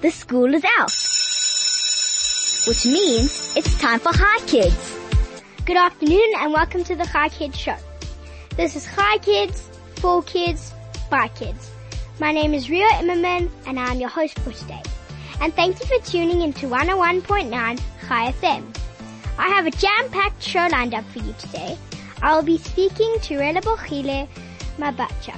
the school is out. Which means it's time for Hi Kids. Good afternoon and welcome to the Hi Kids Show. This is Hi Kids, for Kids, by Kids. My name is Rio Immerman and I'm your host for today. And thank you for tuning in to 101.9 Hi FM. I have a jam-packed show lined up for you today. I will be speaking to Rela Bochile Mabacha.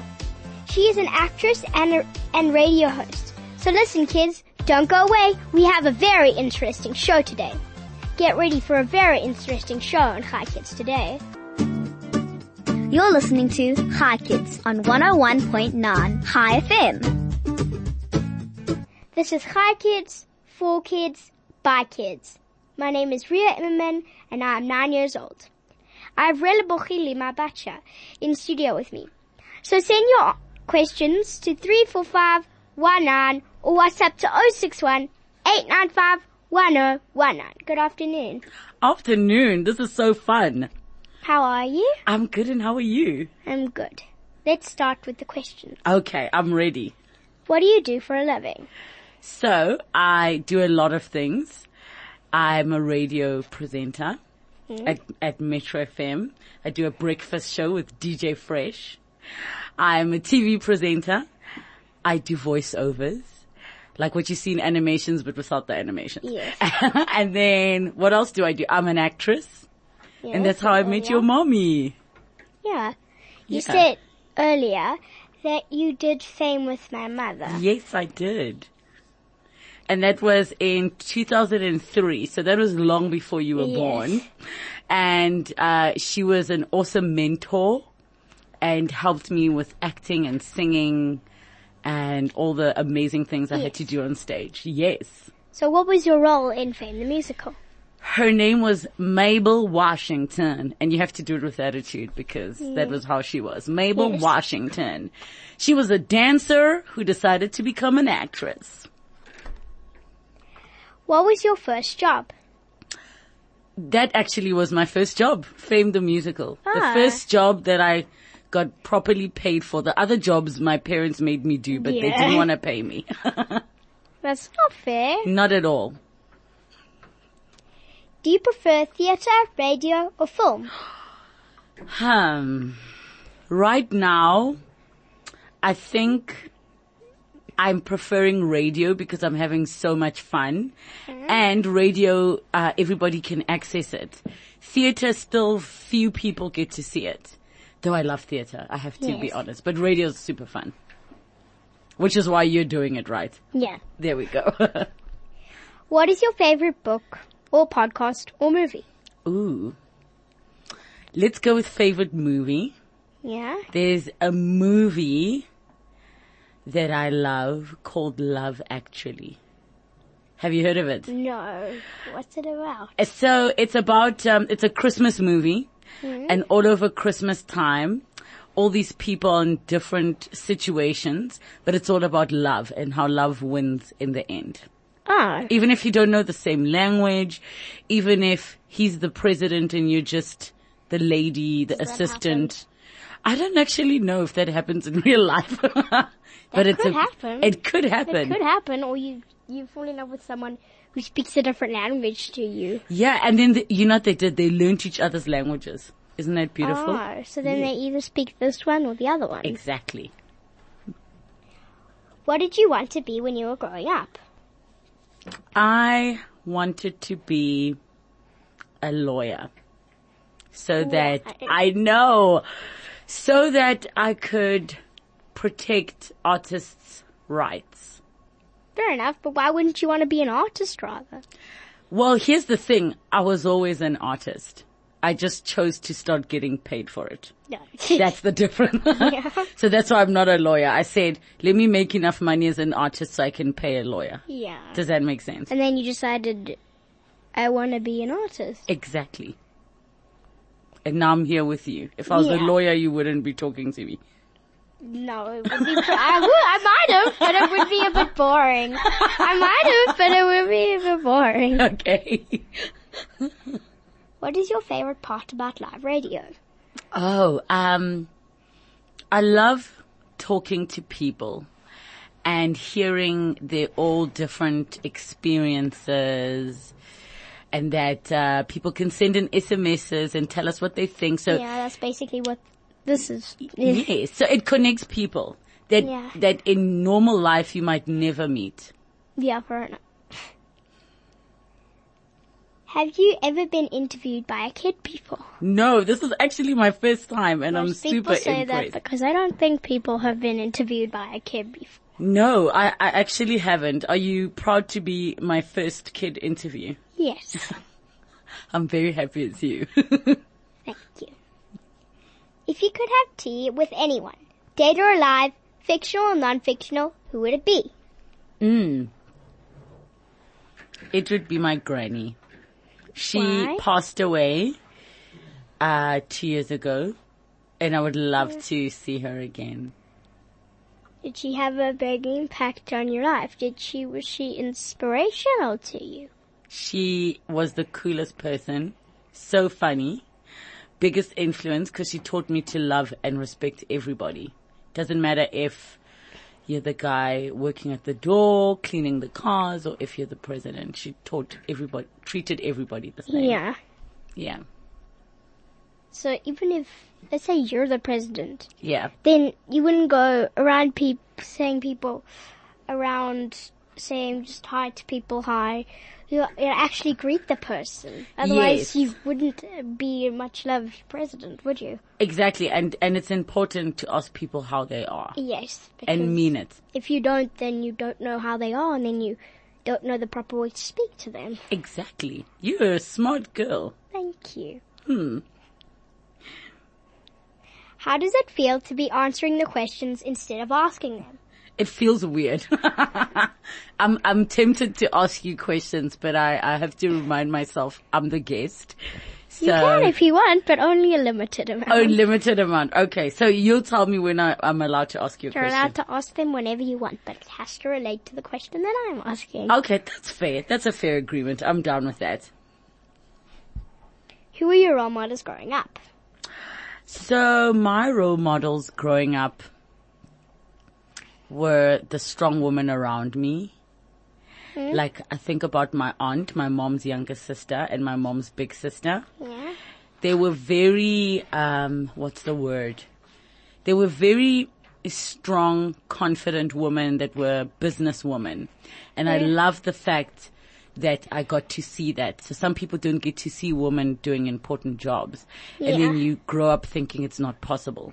She is an actress and, a, and radio host. So listen kids, don't go away. We have a very interesting show today. Get ready for a very interesting show on Hi Kids today. You're listening to Hi Kids on 101.9 Hi FM. This is Hi Kids, for Kids, by Kids. My name is Ria Immerman and I am nine years old. I have Rela Bochili, my bacha, in studio with me. So send your questions to 34519 or WhatsApp to 061 895 1019. Good afternoon. Afternoon. This is so fun. How are you? I'm good and how are you? I'm good. Let's start with the question. Okay, I'm ready. What do you do for a living? So I do a lot of things. I'm a radio presenter at, at Metro FM. I do a breakfast show with DJ Fresh. I'm a TV presenter. I do voiceovers. Like what you see in animations, but without the animations. Yes. and then what else do I do? I'm an actress. and that's how I met your mommy. Yeah. You Yeah. said earlier that you did Fame with My Mother. Yes, I did. And that was in 2003. So that was long before you were Yes. born. And, uh, she was an awesome mentor and helped me with acting and singing and all the amazing things I had to do on stage. Yes. So what was your role in Fame the Musical? Her name was Mabel Washington, and you have to do it with attitude because that was how she was. Mabel Yes. Washington. She was a dancer who decided to become an actress. What was your first job? that actually was my first job, Fame the Musical. Ah. The first job that I got properly paid for. The other jobs my parents made me do, but they Yeah. didn't want to pay me. That's not fair. Not at all. Do you prefer theatre, radio, or film? Um, right now, I think I'm preferring radio because I'm having so much fun. And radio, uh, everybody can access it. Theater, still few people get to see it. Though I love theater, I have to be Yes. honest. But radio's super fun. Which is why you're doing it right. Yeah. There we go. What is your favorite book or podcast or movie? Ooh. Let's go with favorite movie. Yeah. There's a movie that I love called Love Actually. Have you heard of Mm. it? No. What's it about? So it's about, um, it's a Christmas movie and all over Christmas time, all these people in different situations, but it's all about love and how love wins in the end. Oh. Even if you don't know the same language, even if he's the president and you're just the lady, the that assistant. I don't actually know if that happens in real life, but it's could a- happen. It could happen. It could happen, or you you fall in love with someone who speaks a different language to you. Yeah, and then the, you know what they did? They learnt each other's languages. Isn't that beautiful? Oh, so then they either speak this one or the other one. Exactly. What did you want to be when you were growing up? I wanted to be a lawyer so that I know, so that I could protect artists' rights. Fair enough, but why wouldn't you want to be an artist rather? Well, here's the thing. I was always an artist. I just chose to start getting paid for it. No. That's the difference. So that's why I'm not a lawyer. I said, let me make enough money as an artist so I can pay a lawyer. yeah. Does that make sense? And then you decided, I want to be an artist. Exactly. And now I'm here with you. If I was a Yeah. lawyer, you wouldn't be talking to me. No, it would be. I would. I might have, but it would be a bit boring. I might have, but it would be a bit boring. Okay. What is your favorite part about live radio? Oh, um, I love talking to people and hearing the all different experiences and that uh, people can send in SMSs and tell us what they think. So Yeah, that's basically what this is. yes, so it connects people that Yeah. that in normal life you might never meet. Yeah, right. Have you ever been interviewed by a kid people? No, this is actually my first time, and I'm Most people super say impressed. that because I don't think people have been interviewed by a kid before. No, I, I actually haven't. Are you proud to be my first kid interview? Yes, I'm very happy it's you. thank you. If you could have tea with anyone, dead or alive, fictional or non-fictional, who would it be? mm. It would be my granny. She Why? passed away uh, two years ago, and I would love to see her again. Did she have a big impact on your life? Did she, was she inspirational to you? She was the coolest person, so funny, biggest influence because she taught me to love and respect everybody. Doesn't matter if you're the guy working at the door, cleaning the cars, or if you're the president. She taught everybody, treated everybody the same. Yeah. Yeah. So even if, let's say you're the president, Yeah. then you wouldn't go around peop saying people around saying just hi to people hi. You you actually greet the person. Otherwise, Yes. you wouldn't be much loved president, would you? Exactly. And, and it's important to ask people how they are Yes. Because and mean it. if you don't, then you don't know how they are, and then you don't know the proper way to speak to them. Exactly. You're a smart girl. Thank you. Hmm. How does it feel to be answering the questions instead of asking them? It feels weird. I'm I'm tempted to ask you questions, but I, I have to remind myself I'm the guest. So You can if you want, but only a limited amount. oh, limited amount. Okay, so you'll tell me when I, I'm allowed to ask you a You're question. allowed to ask them whenever you want, but it has to relate to the question that I'm asking. okay, that's fair. That's a fair agreement. I'm down with that. Who were your role models growing up? So my role models growing up were the strong women around me. Hmm? Like I think about my aunt, my mom's younger sister, and my mom's big sister. Yeah. they were very um what's the word they were very strong confident women that were businesswomen and i love the fact that i got to see that so some people don't get to see women doing important jobs and then Yeah. you grow up thinking it's not possible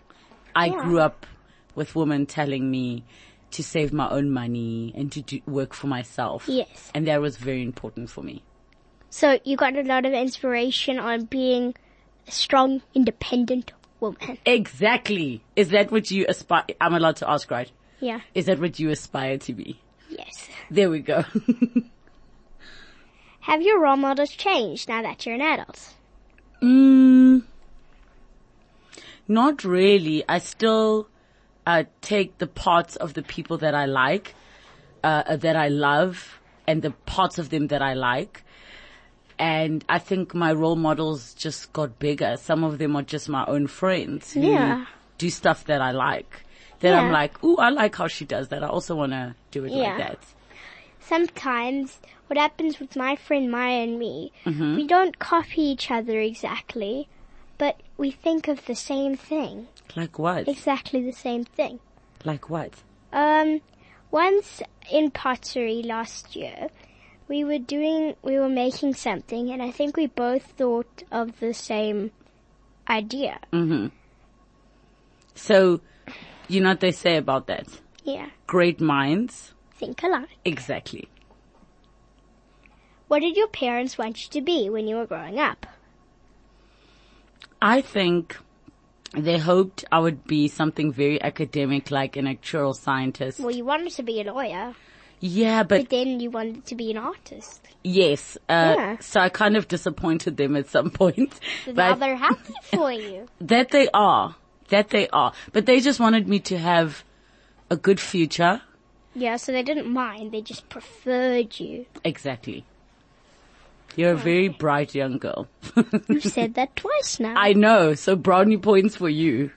i grew up with women telling me to save my own money and to do work for myself Yes. and that was very important for me So you got a lot of inspiration on being a strong, independent woman. Exactly. Is that what you aspire? I'm allowed to ask, right? Yeah. Is that what you aspire to be? Yes. There we go. Have your role models changed now that you're an adult? mm, not really. I still uh, take the parts of the people that I like, uh, that I love, and the parts of them that I like. And I think my role models just got bigger. Some of them are just my own friends who Yeah. do stuff that I like. That I'm Yeah. like, ooh, I like how she does that. I also want to do it Yeah. like that. Sometimes what happens with my friend Maya and me, we don't copy each other exactly, but we think of the same thing. Like what? Exactly the same thing. Like what? Um, once in pottery last year, we were doing, we were making something, and I think we both thought of the same idea. So, you know what they say about that? Yeah, Great minds. think alike. Exactly. What did your parents want you to be when you were growing up? I think they hoped I would be something very academic, like an actual scientist. Well, you wanted to be a lawyer, Yeah, but but then you wanted to be an artist. yes. Uh, Yeah. So I kind of disappointed them at some point. So now but they're happy for you. that they are. That they are. But they just wanted me to have a good future. Yeah, so they didn't mind, they just preferred you. Exactly. You're a very bright young girl. You've said that twice now. I know. So brownie points for you.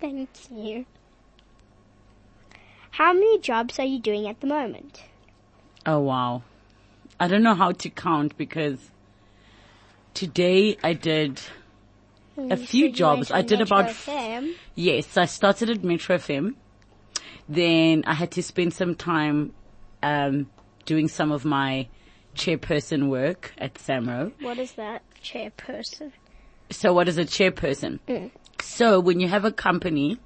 Thank you. How many jobs are you doing at the moment? Oh wow. I don't know how to count because today I did a few jobs. I did about, f- Fem. yes, I started at Metro FM. Then I had to spend some time, um, doing some of my chairperson work at SAMRO. What is that chairperson? So what is a chairperson? So when you have a company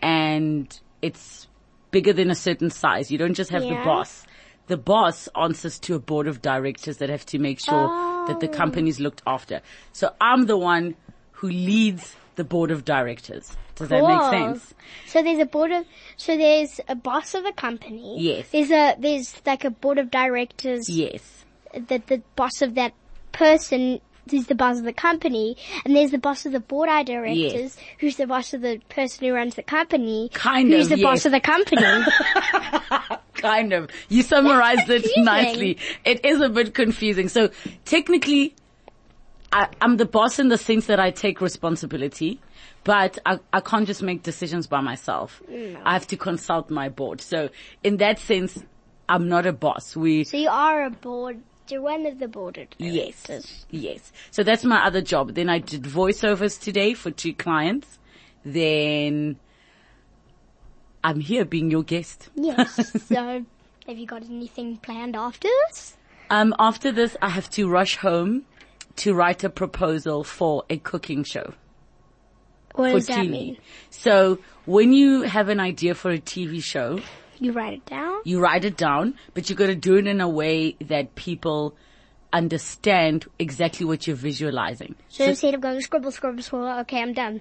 and it's bigger than a certain size, you don't just have the Yeah. boss. The boss answers to a board of directors that have to make sure that the company is looked after. So I'm the one who leads the board of directors. Does that make Cool. sense? So there's a board of, so there's a boss of a company. Yes. There's a, there's like a board of directors Yes. that the boss of that person is the boss of the company and there's the boss of the board of directors who's the boss of the person who runs the company. Kind who's of, the boss yes. of the company. Kind of. You summarized it confusing. nicely. It is a bit confusing. So technically, I, I'm the boss in the sense that I take responsibility, but I, I can't just make decisions by myself. Mm. I have to consult my board. So in that sense, I'm not a boss. We, so you are a board, you're one of the board of directors. yes, yes. So that's my other job. Then I did voiceovers today for two clients. Then I'm here being your guest. Yes. so have you got anything planned after this? Um, after this, I have to rush home to write a proposal for a cooking show What for does that TV. mean? So when you have an idea for a TV show, You write it down? you write it down, but you got to do it in a way that people understand exactly what you're visualizing. So instead of going scribble, scribble, scribble, okay, I'm done.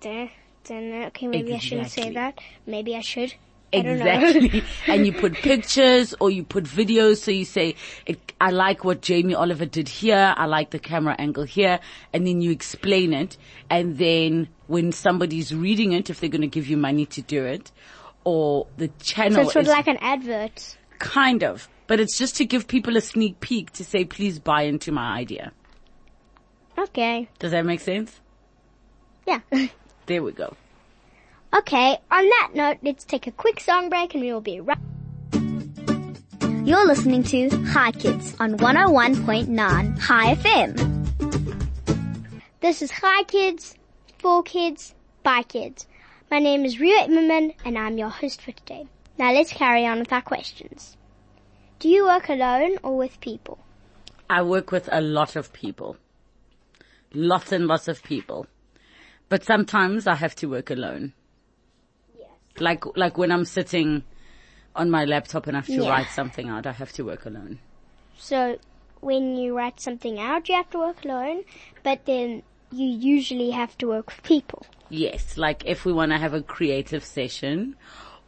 Dun, dun, okay, maybe I shouldn't say Exactly. that. Maybe I should. I don't know. Exactly. and you put pictures or you put videos. So you say, it, I like what Jamie Oliver did here. I like the camera angle here. And then you explain it. And then when somebody's reading it, if they're going to give you money to do it or the So channel it's sort is of like an advert. kind of, but it's just to give people a sneak peek to say, please buy into my idea. Okay. Does that make sense? Yeah. There we go. okay, on that note, let's take a quick song break and we will be right You're listening to Hi Kids on 101.9 Hi FM. This is Hi Kids, for Kids, by Kids. My name is Ria Immerman and I'm your host for today. Now let's carry on with our questions. Do you work alone or with people? I work with a lot of people. Lots and lots of people. But sometimes I have to work alone. Like, like when I'm sitting on my laptop and I have to Yeah. write something out, I have to work alone. So when you write something out, you have to work alone, but then you usually have to work with people. Yes, like if we want to have a creative session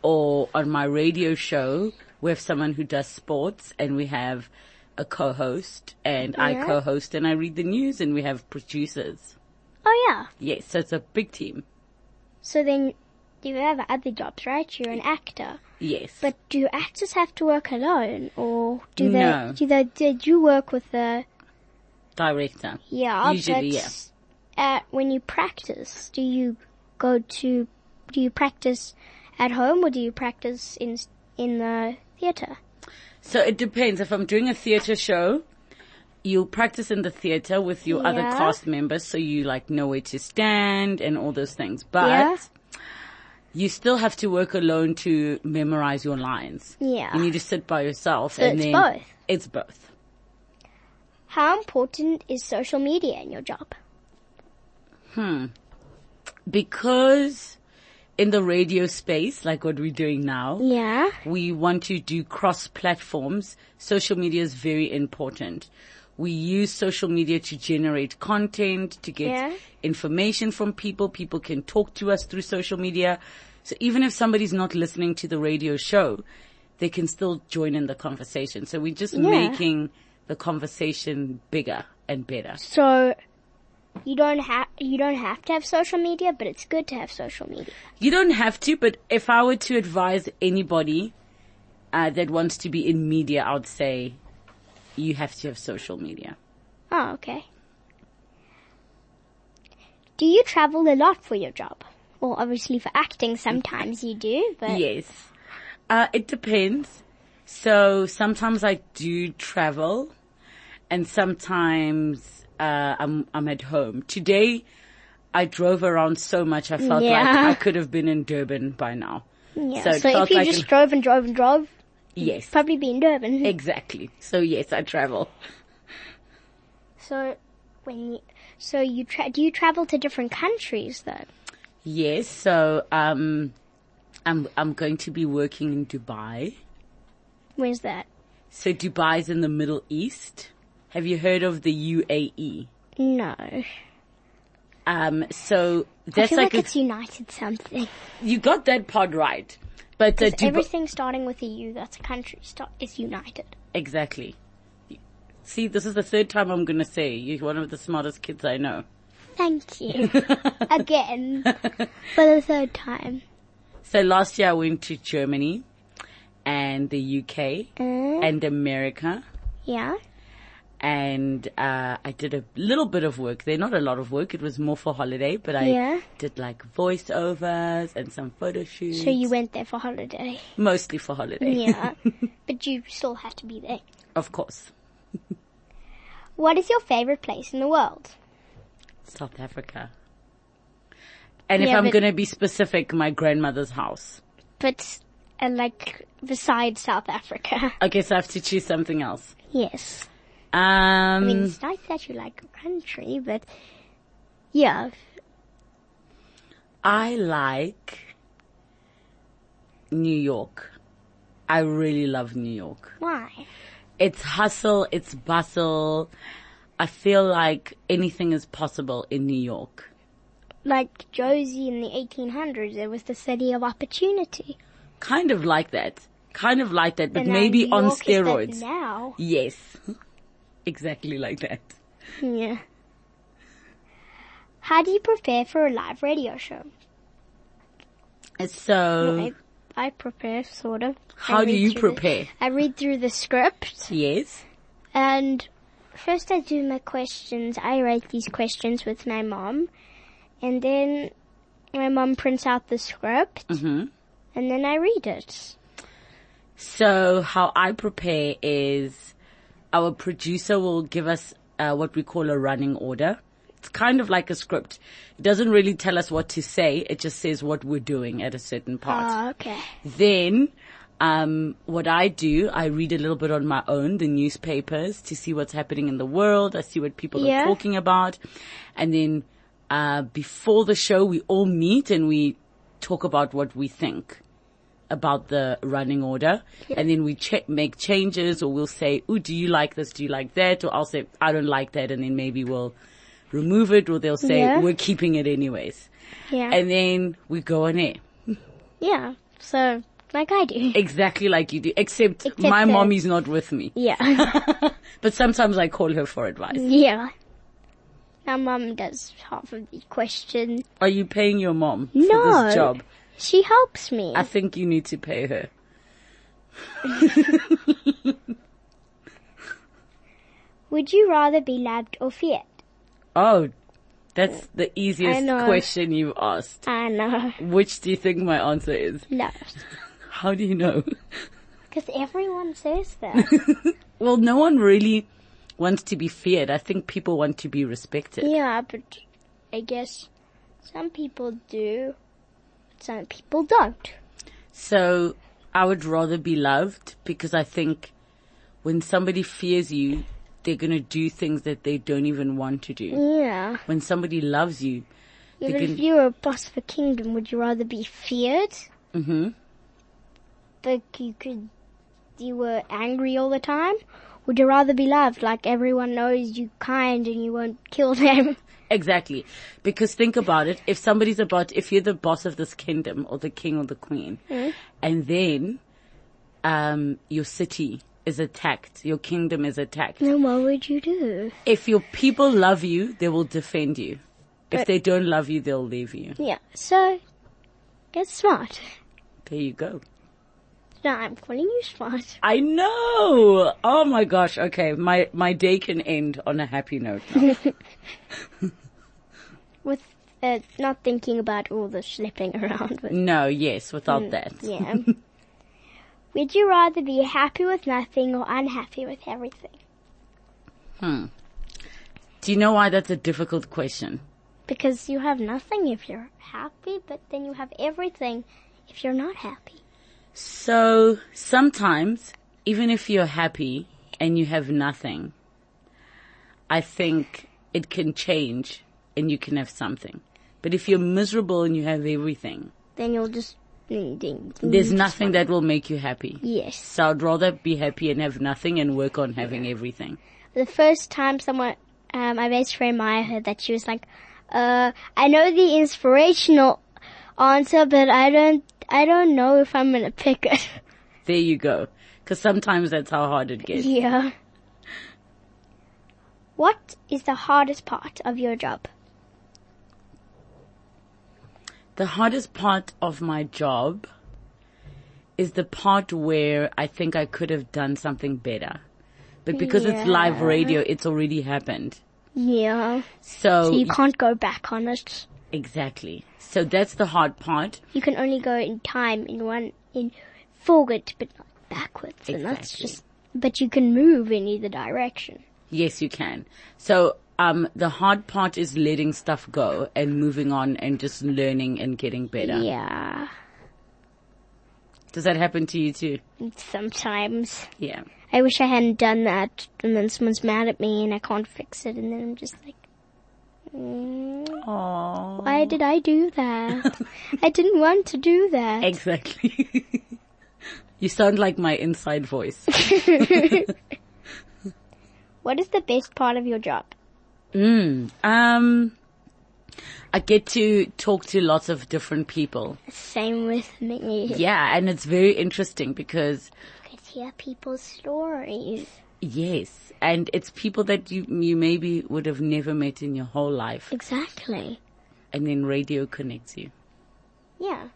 or on my radio show, we have someone who does sports and we have a co-host and I Yeah. co-host and I read the news and we have producers. Oh yeah. Yes, so it's a big team. So then you have other jobs, right? You're an actor. Yes. But do actors have to work alone, or do they? No. Do they? Did you work with the? Director. Yeah, Usually, yeah. but Uh, when you practice, do you go to? Do you practice at home, or do you practice in in the theater? So it depends. If I'm doing a theater show, you practice in the theater with your other Yeah. cast members so you like know where to stand and all those things. But Yeah. you still have to work alone to memorize your lines. Yeah. You need to sit by yourself and it's then both. it's both. How important is social media in your job? Because in the radio space, like what we're doing now, Yeah. we want to do cross platforms. Social media is very important. We use social media to generate content, to get Yeah. information from people. People can talk to us through social media. So even if somebody's not listening to the radio show, they can still join in the conversation. So we're just making the conversation bigger and better. So you don't have you don't have to have social media, but it's good to have social media. You don't have to, but if I were to advise anybody uh, that wants to be in media, I would say you have to have social media. Oh, okay. Do you travel a lot for your job? Well, obviously for acting sometimes you do, but Yes. Uh, it depends. So sometimes I do travel and sometimes, uh, I'm, I'm at home. Today I drove around so much I felt Yeah. like I could have been in Durban by now. Yeah. So So, it felt if you like just an- drove and drove and drove, Yes. probably be in Durban. Exactly. So yes, I travel. So when you, so you tra- do you travel to different countries though? Yes. So, um, I'm, I'm going to be working in Dubai. Where's that? So Dubai's in the Middle East. Have you heard of the UAE? No, Um, so I that's feel like, like, a- it's United something. you got that part right, but uh, Because Dubai, everything starting with a U that's a country start is United. exactly. See, this is the third time I'm gonna say you're one of the smartest kids I know. Thank you again for the third time. So last year I went to Germany and the UK Uh, and America yeah. and uh, I did a little bit of work there, not a lot of work. It was more for holiday, but I Yeah. did like voiceovers and some photo shoots. So you went there for holiday. mostly for holiday, Yeah. but you still have to be there. of course. What is your favorite place in the world? South Africa. And if Yeah, I'm but- going to be specific, my grandmother's house. But uh, like besides South Africa. Okay, so I have to choose something else. yes. Um, I mean, it's nice that you like your country, but yeah. I like New York. I really love New York. Why? It's hustle, it's bustle. I feel like anything is possible in New York. Like Josie in the 1800s, it was the city of opportunity. Kind of like that. Kind of like that, but And now maybe New on York is that steroids. now. Yes. exactly like that. Yeah. How do you prepare for a live radio show? So, I, I prepare, sort of. I Uh, How do read you through the- prepare? I read through the script, yes. and first I do my questions. I write these questions with my mom, and then my mom prints out the script, Mm-hmm. and then I read it. So how I prepare is our producer will give us uh, what we call a running order. It's kind of like a script. It doesn't really tell us what to say. It just says what we're doing at a certain part. Oh, okay. Then, um, what I do, I read a little bit on my own, the newspapers to see what's happening in the world. I see what people Yeah. are talking about. And then, uh, before the show, we all meet and we talk about what we think about the running order. And then we check, make changes or we'll say, ooh, do you like this? Do you like that? Or I'll say, I don't like that. And then maybe we'll remove it or they'll say, Yeah. we're keeping it anyways. Yeah. And then we go on air. yeah. So, like I do. Exactly like you do, except, Except my that- mommy's not with me. Yeah. But sometimes I call her for advice. yeah. My mom does half of the question. Are you paying your mom for No. this job? She helps me. I think you need to pay her. Would you rather be loved or feared? Oh, that's the I easiest know. question you've asked. I know. Which do you think my answer is? Loved. How do you know? Because everyone says that. Well, no one really wants to be feared. I think people want to be respected. yeah, but I guess some people do, but some people don't. So I would rather be loved because I think when somebody fears you, they're going to do things that they don't even want to do. Yeah. When somebody loves you, they're Even if gonna, you were a boss of a kingdom, would you rather be feared? Mhm. But you could, you were angry all the time? Would you rather be loved, like everyone knows you kind and you won't kill them? exactly. Because think about it. If somebody's about, if you're the boss of this kingdom or the king or the queen, and then, um, your city is attacked, your kingdom is attacked. then what would you do? If your people love you, they will defend you. If they don't love you, they'll leave you. Yeah, so, get smart. There you go. No, I'm calling you smart. I know. Oh my gosh. Okay. My, my day can end on a happy note. now. With uh, not thinking about all the slipping around. With, Hmm. no, yes, without that. yeah. Would you rather be happy with nothing or unhappy with everything? Do you know why that's a difficult question? Because you have nothing if you're happy, but then you have everything if you're not happy. So sometimes, even if you're happy and you have nothing, I think it can change and you can have something. But if you're miserable and you have everything, Then you'll just mm, ding ding. ding. there's nothing that will make you happy. Yes. So I'd rather be happy and have nothing and work on having everything. the first time someone, um, my best friend Maya heard that, she was like, uh, I know the inspirational answer, but I don't, I don't know if I'm gonna pick it. There you go. Cause sometimes that's how hard it gets. yeah. What is the hardest part of your job? The hardest part of my job is the part where I think I could have done something better. But because it's live radio, it's already happened. Yeah. So, You can't go back on it. exactly. So that's the hard part. You can only go in time in one, in forward, but not backwards. And that's Exactly. just, but you can move in either direction. Yes, you can. So, um, the hard part is letting stuff go and moving on and just learning and getting better. Yeah. Does that happen to you too? Sometimes. Yeah. I wish I hadn't done that, and then someone's mad at me, and I can't fix it, and then I'm just like, mm, Aww. why did I do that? I didn't want to do that. Exactly. you sound like my inside voice. What is the best part of your job? Mm. Um, I get to talk to lots of different people. Same with me. Yeah, and it's very interesting because I could hear people's stories. yes, and it's people that you you maybe would have never met in your whole life, Exactly. and then radio connects you. Yeah.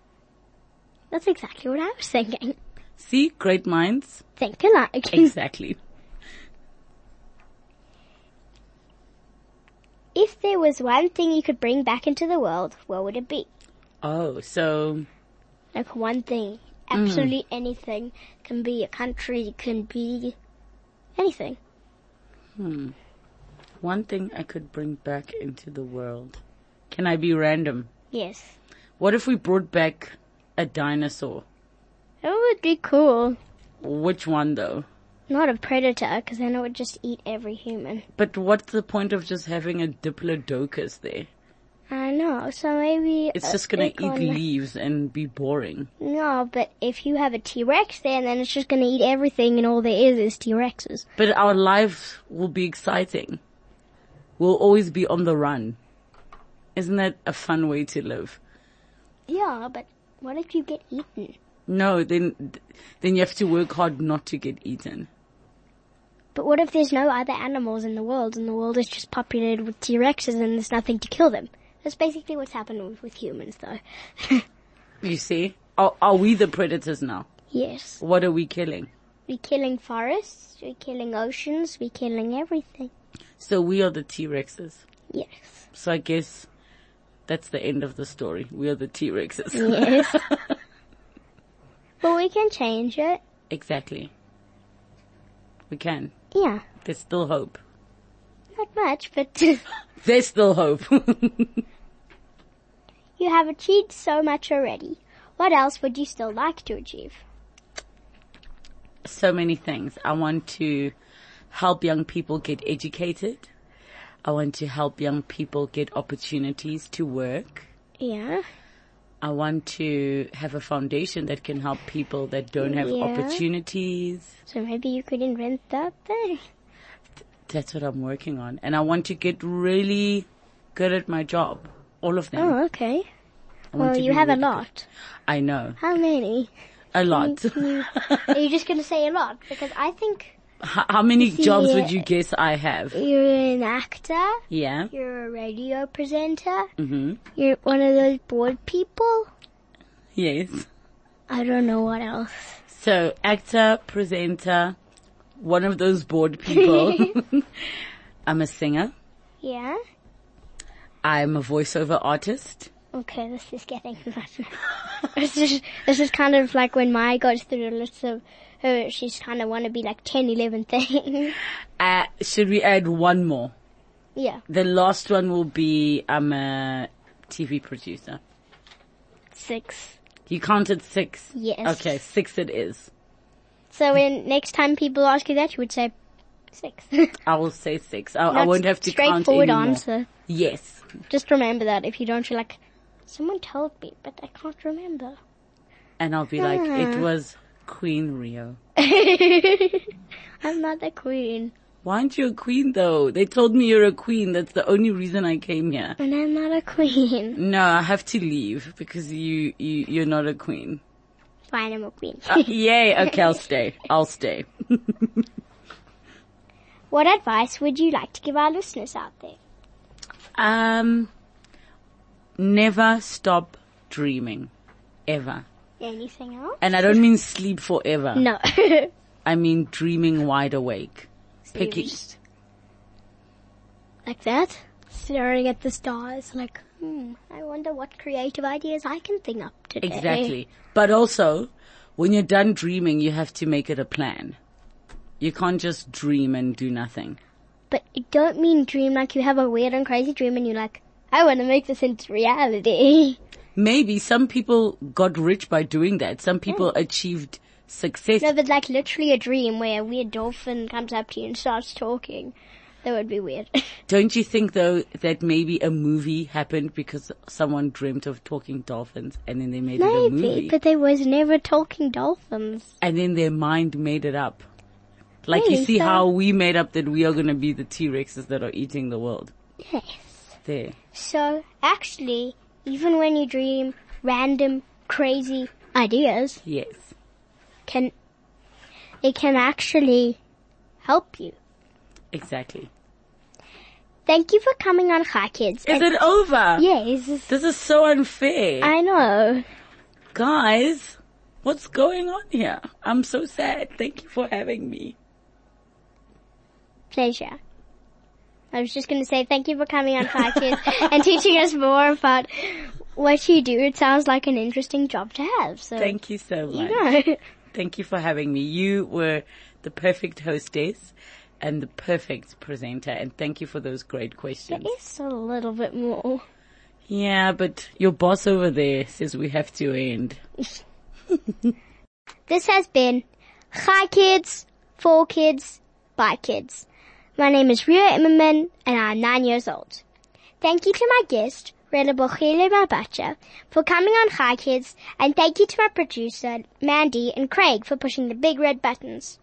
That's exactly what I was thinking. See, great minds. Think alike. Exactly. if there was one thing you could bring back into the world, what would it be? oh, so Like one thing. Absolutely anything. Can be a country, can be anything. one thing I could bring back into the world. Can I be random? Yes. What if we brought back a dinosaur? That would be cool. Which one though? Not a predator, because then it would just eat every human. But what's the point of just having a diplodocus there? I know, so maybe. uh, It's a just gonna eat acorn- leaves and be boring. No, but if you have a T Rex there, then it's just gonna eat everything, and all there is is T Rexes. But our lives will be exciting. We'll always be on the run. Isn't that a fun way to live? Yeah, but what if you get eaten? No, then, then you have to work hard not to get eaten. But what if there's no other animals in the world, and the world is just populated with T Rexes, and there's nothing to kill them? That's basically what's happened with, with humans, though. You see? Are, are we the predators now? yes. What are we killing? We're killing forests, we're killing oceans, we're killing everything. So we are the T-Rexes. Yes. So I guess that's the end of the story. We are the T-Rexes. Yes. but we can change it. Exactly. We can. Yeah, There's still hope. not much, but There's still hope. you have achieved so much already. What else would you still like to achieve? so many things. I want to help young people get educated. I want to help young people get opportunities to work. Yeah. I want to have a foundation that can help people that don't have Yeah. opportunities. So maybe you could invent that thing. That's what I'm working on. And I want to get really good at my job. All of them. Oh, okay. I want Well, to you be have a really good. lot. I know. How many? A lot. Are you just gonna say a lot? Because I think How how many jobs would Yeah. you guess I have? you're an actor, Yeah. you're a radio presenter, hmm you're one of those bored people. Yes. I don't know what else. So actor, presenter, one of those bored people. I'm a singer. Yeah? I'm a voiceover artist. Okay, this is getting better. this is this is kind of like when Maya goes through the list of her. She's kind of want to be like 10, 11 things. Uh, should we add one more? yeah, The last one will be I'm a TV producer. six. You counted six. Yes. Okay, six it is. So when next time people ask you that, you would say six. I will say six. I, I won't have to count straightforward anymore. answer. Yes. Just remember that if you don't, you're like, someone told me, but I can't remember. And I'll be like, it Ah. was Queen Rio. I'm not the queen, Why aren't you a queen though? They told me you're a queen. That's the only reason I came here. and I'm not a queen. No, I have to leave because you, you, you're not a queen. Fine, I'm a queen. Uh, yay. Okay, I'll stay. I'll stay. What advice would you like to give our listeners out there? Um, never stop dreaming. Ever. Anything else? And I don't mean sleep forever. No. I mean dreaming wide awake. Picking. Serious. like that? Staring at the stars, like, hmm, I wonder what creative ideas I can think up today. Exactly. But also, when you're done dreaming, you have to make it a plan. You can't just dream and do nothing. But it don't mean dream like you have a weird and crazy dream and you're like, I want to make this into reality. Maybe some people got rich by doing that. Some people achieved success. No, but like literally a dream where a weird dolphin comes up to you and starts talking. That would be weird. Don't you think though that maybe a movie happened because someone dreamt of talking dolphins and then they made it a Maybe, movie? but there was never talking dolphins. and then their mind made it up. Like you Really? see So- how we made up that we are going to be the T-Rexes that are eating the world. Yes. There. So actually, even when you dream random crazy ideas, Yes. can it can actually help you. Exactly. Thank you for coming on Hi Kids. Is And- it over? yes, This is so unfair. I know. Guys, what's going on here? I'm so sad. Thank you for having me. pleasure. I was just going to say thank you for coming on Hi Kids and teaching us more about what you do. It sounds like an interesting job to have. So Thank you so Um, much. you. know. Thank you for having me. You were the perfect hostess and the perfect presenter and thank you for those great questions. It's a little bit more. Yeah, but your boss over there says we have to end. This has been Hi Kids, for Kids, by Kids. My name is Ria Immerman and I'm nine years old. Thank you to my guest, Rela Bochile Mabacha, for coming on Hi Kids and thank you to my producer, Mandy and Craig for pushing the big red buttons.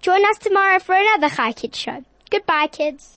Join us tomorrow for another Hi Kids show. Goodbye kids.